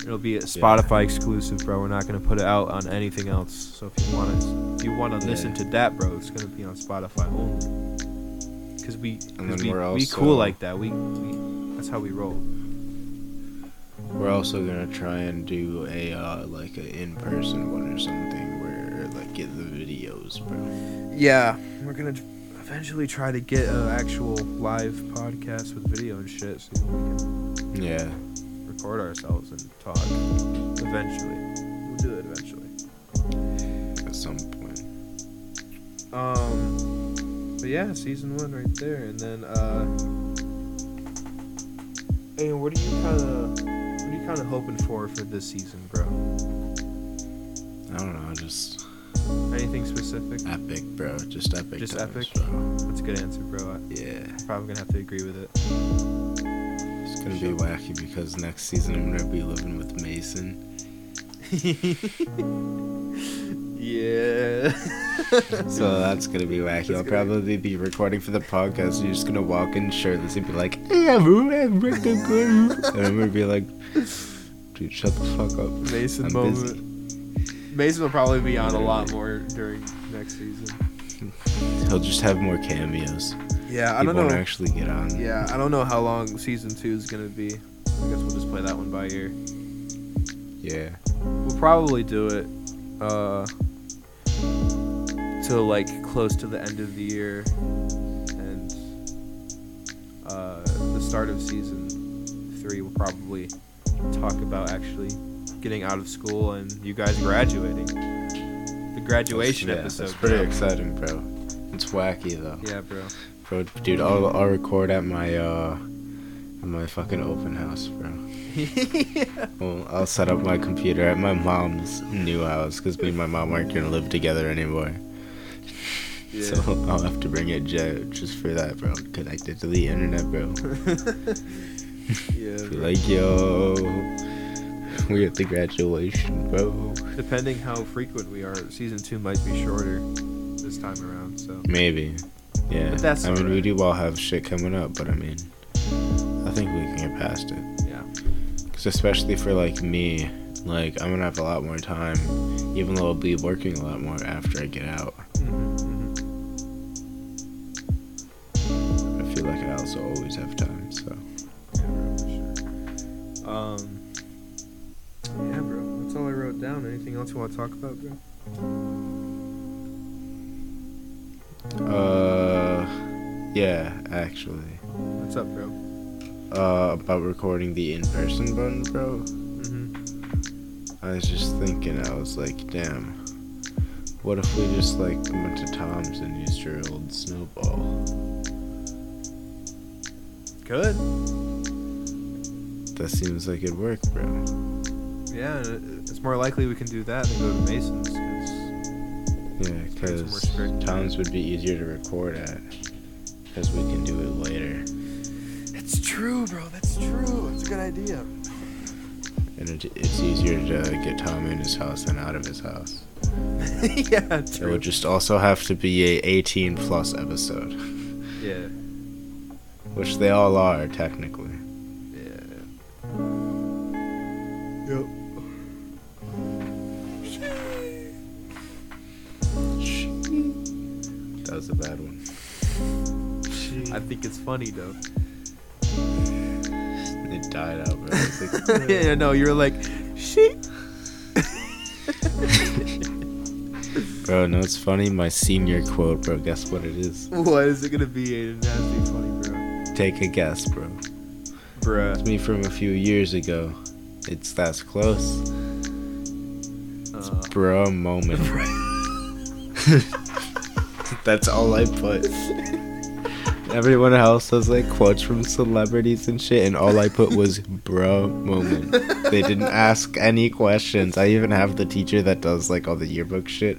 S1: It'll be a Spotify exclusive, bro. We're not gonna put it out on anything else. So if you want to, if you want to
S2: Yeah.
S1: listen to that, bro, it's gonna be on Spotify only. Cause we, cause
S2: And then
S1: we,
S2: we're
S1: we
S2: also-
S1: cool like that. We, we, that's how we roll.
S2: We're also gonna try and do a uh, like an in-person one or something where like get the videos, bro.
S1: Yeah, we're gonna t- eventually try to get an actual live podcast with video and shit, so we can
S2: Yeah.
S1: record ourselves and talk. Eventually, we'll do it eventually.
S2: some point.
S1: Um, but yeah, season one right there, and then uh, and what are you kind of what are you kind of hoping for for this season, bro?
S2: I don't know, just
S1: Anything specific?
S2: epic, bro. Just epic.
S1: Just
S2: times,
S1: epic?
S2: Bro.
S1: That's a good answer, bro. I'm
S2: Yeah.
S1: probably gonna have to agree with it.
S2: It's gonna be wacky because next season I'm gonna be living with Mason.
S1: yeah.
S2: So that's gonna be wacky.
S1: gonna
S2: I'll
S1: be-
S2: probably be recording for the podcast. You're just gonna walk in shirtless and be like, "Hey, I'm Ru- I'm Rick the Good." and I'm gonna be like, "Dude, shut the fuck up."
S1: Mason
S2: I'm
S1: moment.
S2: busy.
S1: Mason will probably be on a lot more during next season.
S2: He'll just have more cameos.
S1: Yeah,
S2: he won't actually get on.
S1: Yeah, I don't know how long season two is gonna be. I guess we'll just play that one by ear.
S2: Yeah.
S1: We'll probably do it uh till like close to the end of the year and uh the start of season three we'll probably talk about actually getting out of school and you guys graduating. The graduation
S2: That's-
S1: episode.
S2: That's pretty
S1: bro.
S2: exciting, bro. It's wacky though.
S1: Yeah, bro.
S2: Bro, dude, I'll, I'll record at my uh at my fucking open house, bro. Well, I'll set up my computer at my mom's new house because me and my mom aren't gonna live together anymore.
S1: yeah.
S2: So I'll have to bring a jet just for that, bro. Connected to the internet, bro.
S1: yeah.
S2: Be
S1: bro.
S2: like, yo, we at the graduation, bro.
S1: Depending how frequent we are, season two might be shorter this time around. So
S2: Maybe. Yeah.
S1: But that's
S2: I mean, we
S1: alright.
S2: do all have shit coming up, but I mean, I think we can get past it.
S1: yeah,
S2: Because especially for like me, like I'm gonna have a lot more time, even though I'll be working a lot more after I get out.
S1: Mm-hmm,
S2: I feel like I also always have time. So
S1: Um, yeah, bro. That's all I wrote down. Anything else you want to talk about, bro?
S2: uh, yeah, actually,
S1: What's up, bro?
S2: uh, about recording the in-person button, bro.
S1: Mm-hmm.
S2: I was just thinking, I was like, damn, what if we just like went to Tom's and used your old snowball?
S1: Good.
S2: That seems like it'd work, bro.
S1: Yeah, and it- it's more likely we can do that than go to Mason's. 'cause- Turn
S2: Yeah,
S1: some more
S2: because
S1: strict.
S2: Tom's would be easier to record at, because we can do it later,
S1: It's true, bro. That's true. That's a good idea.
S2: and it, it's easier to get Tom in his house than out of his house.
S1: yeah,
S2: It would just also have to be a 18 plus episode,
S1: Yeah,
S2: which they all are technically.
S1: yeah. Yep.
S2: That was a bad one.
S1: I think it's funny though.
S2: It died out, bro. I was
S1: yeah,
S2: like,
S1: yeah, no, you're like, she.
S2: bro, no, it's funny. My senior quote, bro. Guess what it is?
S1: What is it gonna be? Aiden? That's be funny,
S2: Take a guess, bro.
S1: bro. Bruh.
S2: It's me from a few years ago. It's that's close,
S1: Uh,
S2: bro. Moment. That's all I put. Everyone else has like quotes from celebrities and shit, and all I put was "bro" moment. They didn't ask any questions. I even have the teacher that does like all the yearbook shit,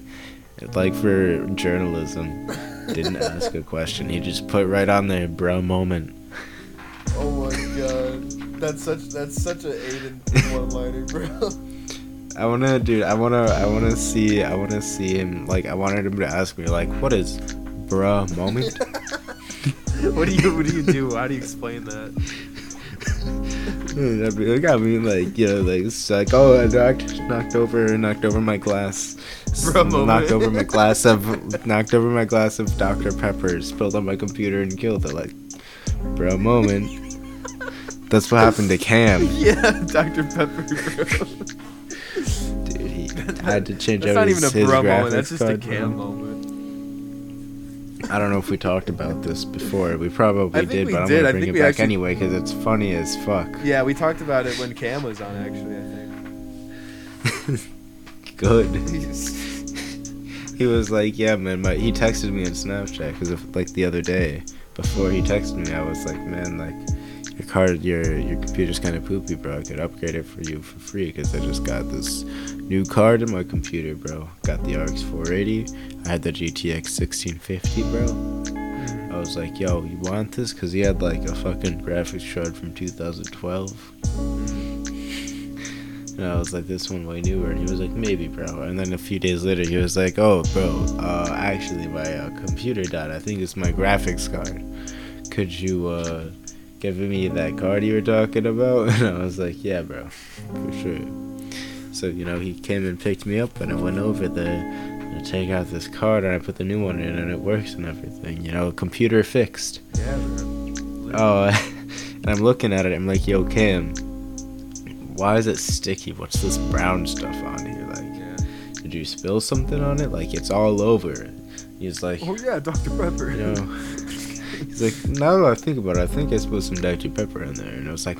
S2: like for journalism. Didn't ask a question. He just put right on there "bro" moment.
S1: oh my god, that's such that's such an Aiden one liner, bro.
S2: I wanna, dude. I wanna, I wanna see, I wanna see him. Like, I wanted him to ask me, like, what is "bro" moment?
S1: what do you what do you do? How do you explain that?
S2: And I'd be like, I mean, like, you know, like, it's like, oh, I knocked, knocked over, knocked over my glass, S-
S1: Bro moment.
S2: knocked over my glass of, knocked over my glass of Dr. Pepper, spilled on my computer and killed it. Like, bro, moment. That's what happened to Cam.
S1: yeah, Dr Pepper, bro.
S2: Dude, he had to change
S1: That's
S2: out
S1: not even
S2: his,
S1: a
S2: his
S1: bro moment.
S2: graphics
S1: That's just a
S2: card,
S1: cam
S2: bro.
S1: moment.
S2: I don't know if we talked about this before. We probably
S1: I think
S2: did,
S1: we
S2: but I'm
S1: did. I
S2: gonna bring
S1: think
S2: it
S1: we
S2: back
S1: actually-
S2: anyway because it's funny as fuck.
S1: Yeah, we talked about it when Cam was on. Actually, I
S2: Good.
S1: think.
S2: he was like, "Yeah, man." My, he texted me on Snapchat because like the other day, before he texted me, I was like, "Man, like your card, your your computer's kind of poopy, bro. I could upgrade it for you for free because I just got this new card in my computer, bro. Got the RX 480. I had the GTX 1650, bro." I was like, yo, you want this? Because he had like a fucking graphics card from 2012. And I was like, this one way newer. And he was like, maybe, bro. And then a few days later, he was like, oh, bro, uh, actually, my uh, computer died. I think it's my graphics card. Could you uh, give me that card you were talking about? And I was like, yeah, bro, for sure. So, you know, he came and picked me up, and I went over there and I take out this card, and I put the new one in, and it works and everything. You know, computer fixed.
S1: Yeah, man.
S2: Oh, and I'm looking at it. I'm like, yo, Cam, why is it sticky? What's this brown stuff on here? Like,
S1: yeah.
S2: did you spill something on it? Like, it's all over. He's like,
S1: Oh yeah, Dr. Pepper.
S2: you know, he's like, now that I think about it, I think I spilled some Dr. Pepper in there. And I was like,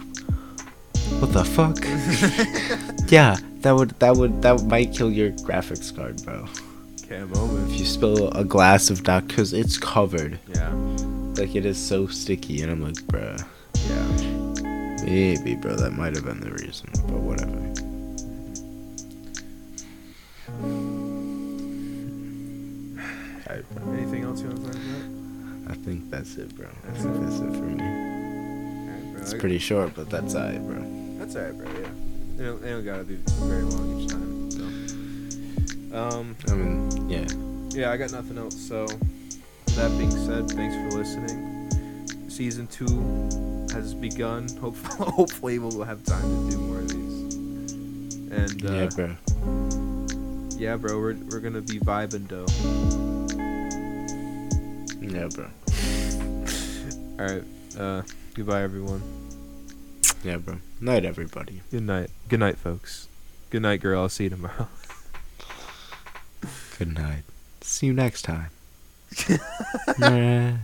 S2: what the fuck? yeah, that would, that would, that might kill your graphics card, bro.
S1: Cam
S2: If
S1: moment.
S2: you spill a glass of Dr. Because it's covered.
S1: Yeah.
S2: Like, it is so sticky. And I'm like, bruh.
S1: Yeah.
S2: Maybe, bro, that might have been the reason, but whatever. I,
S1: Anything else you want to talk about?
S2: I think that's it, bro. I think that's it for me.
S1: Alright, bro.
S2: It's
S1: I-
S2: pretty short, but that's I, bro.
S1: That's alright, bro. Yeah. They don't, they don't gotta be very long each time. So. Um.
S2: I mean, yeah.
S1: Yeah, I got nothing else. So, that being said, thanks for listening. Season two has begun. Hopefully, hopefully we'll have time to do more of these. And uh,
S2: yeah, bro.
S1: yeah, bro, we're we're gonna be vibing though.
S2: Yeah, bro.
S1: All right. Uh, goodbye, everyone.
S2: Yeah, bro. Night, everybody.
S1: Good night. Good night, folks. Good night, girl. I'll see you tomorrow.
S2: Good night. See you next time. Nah.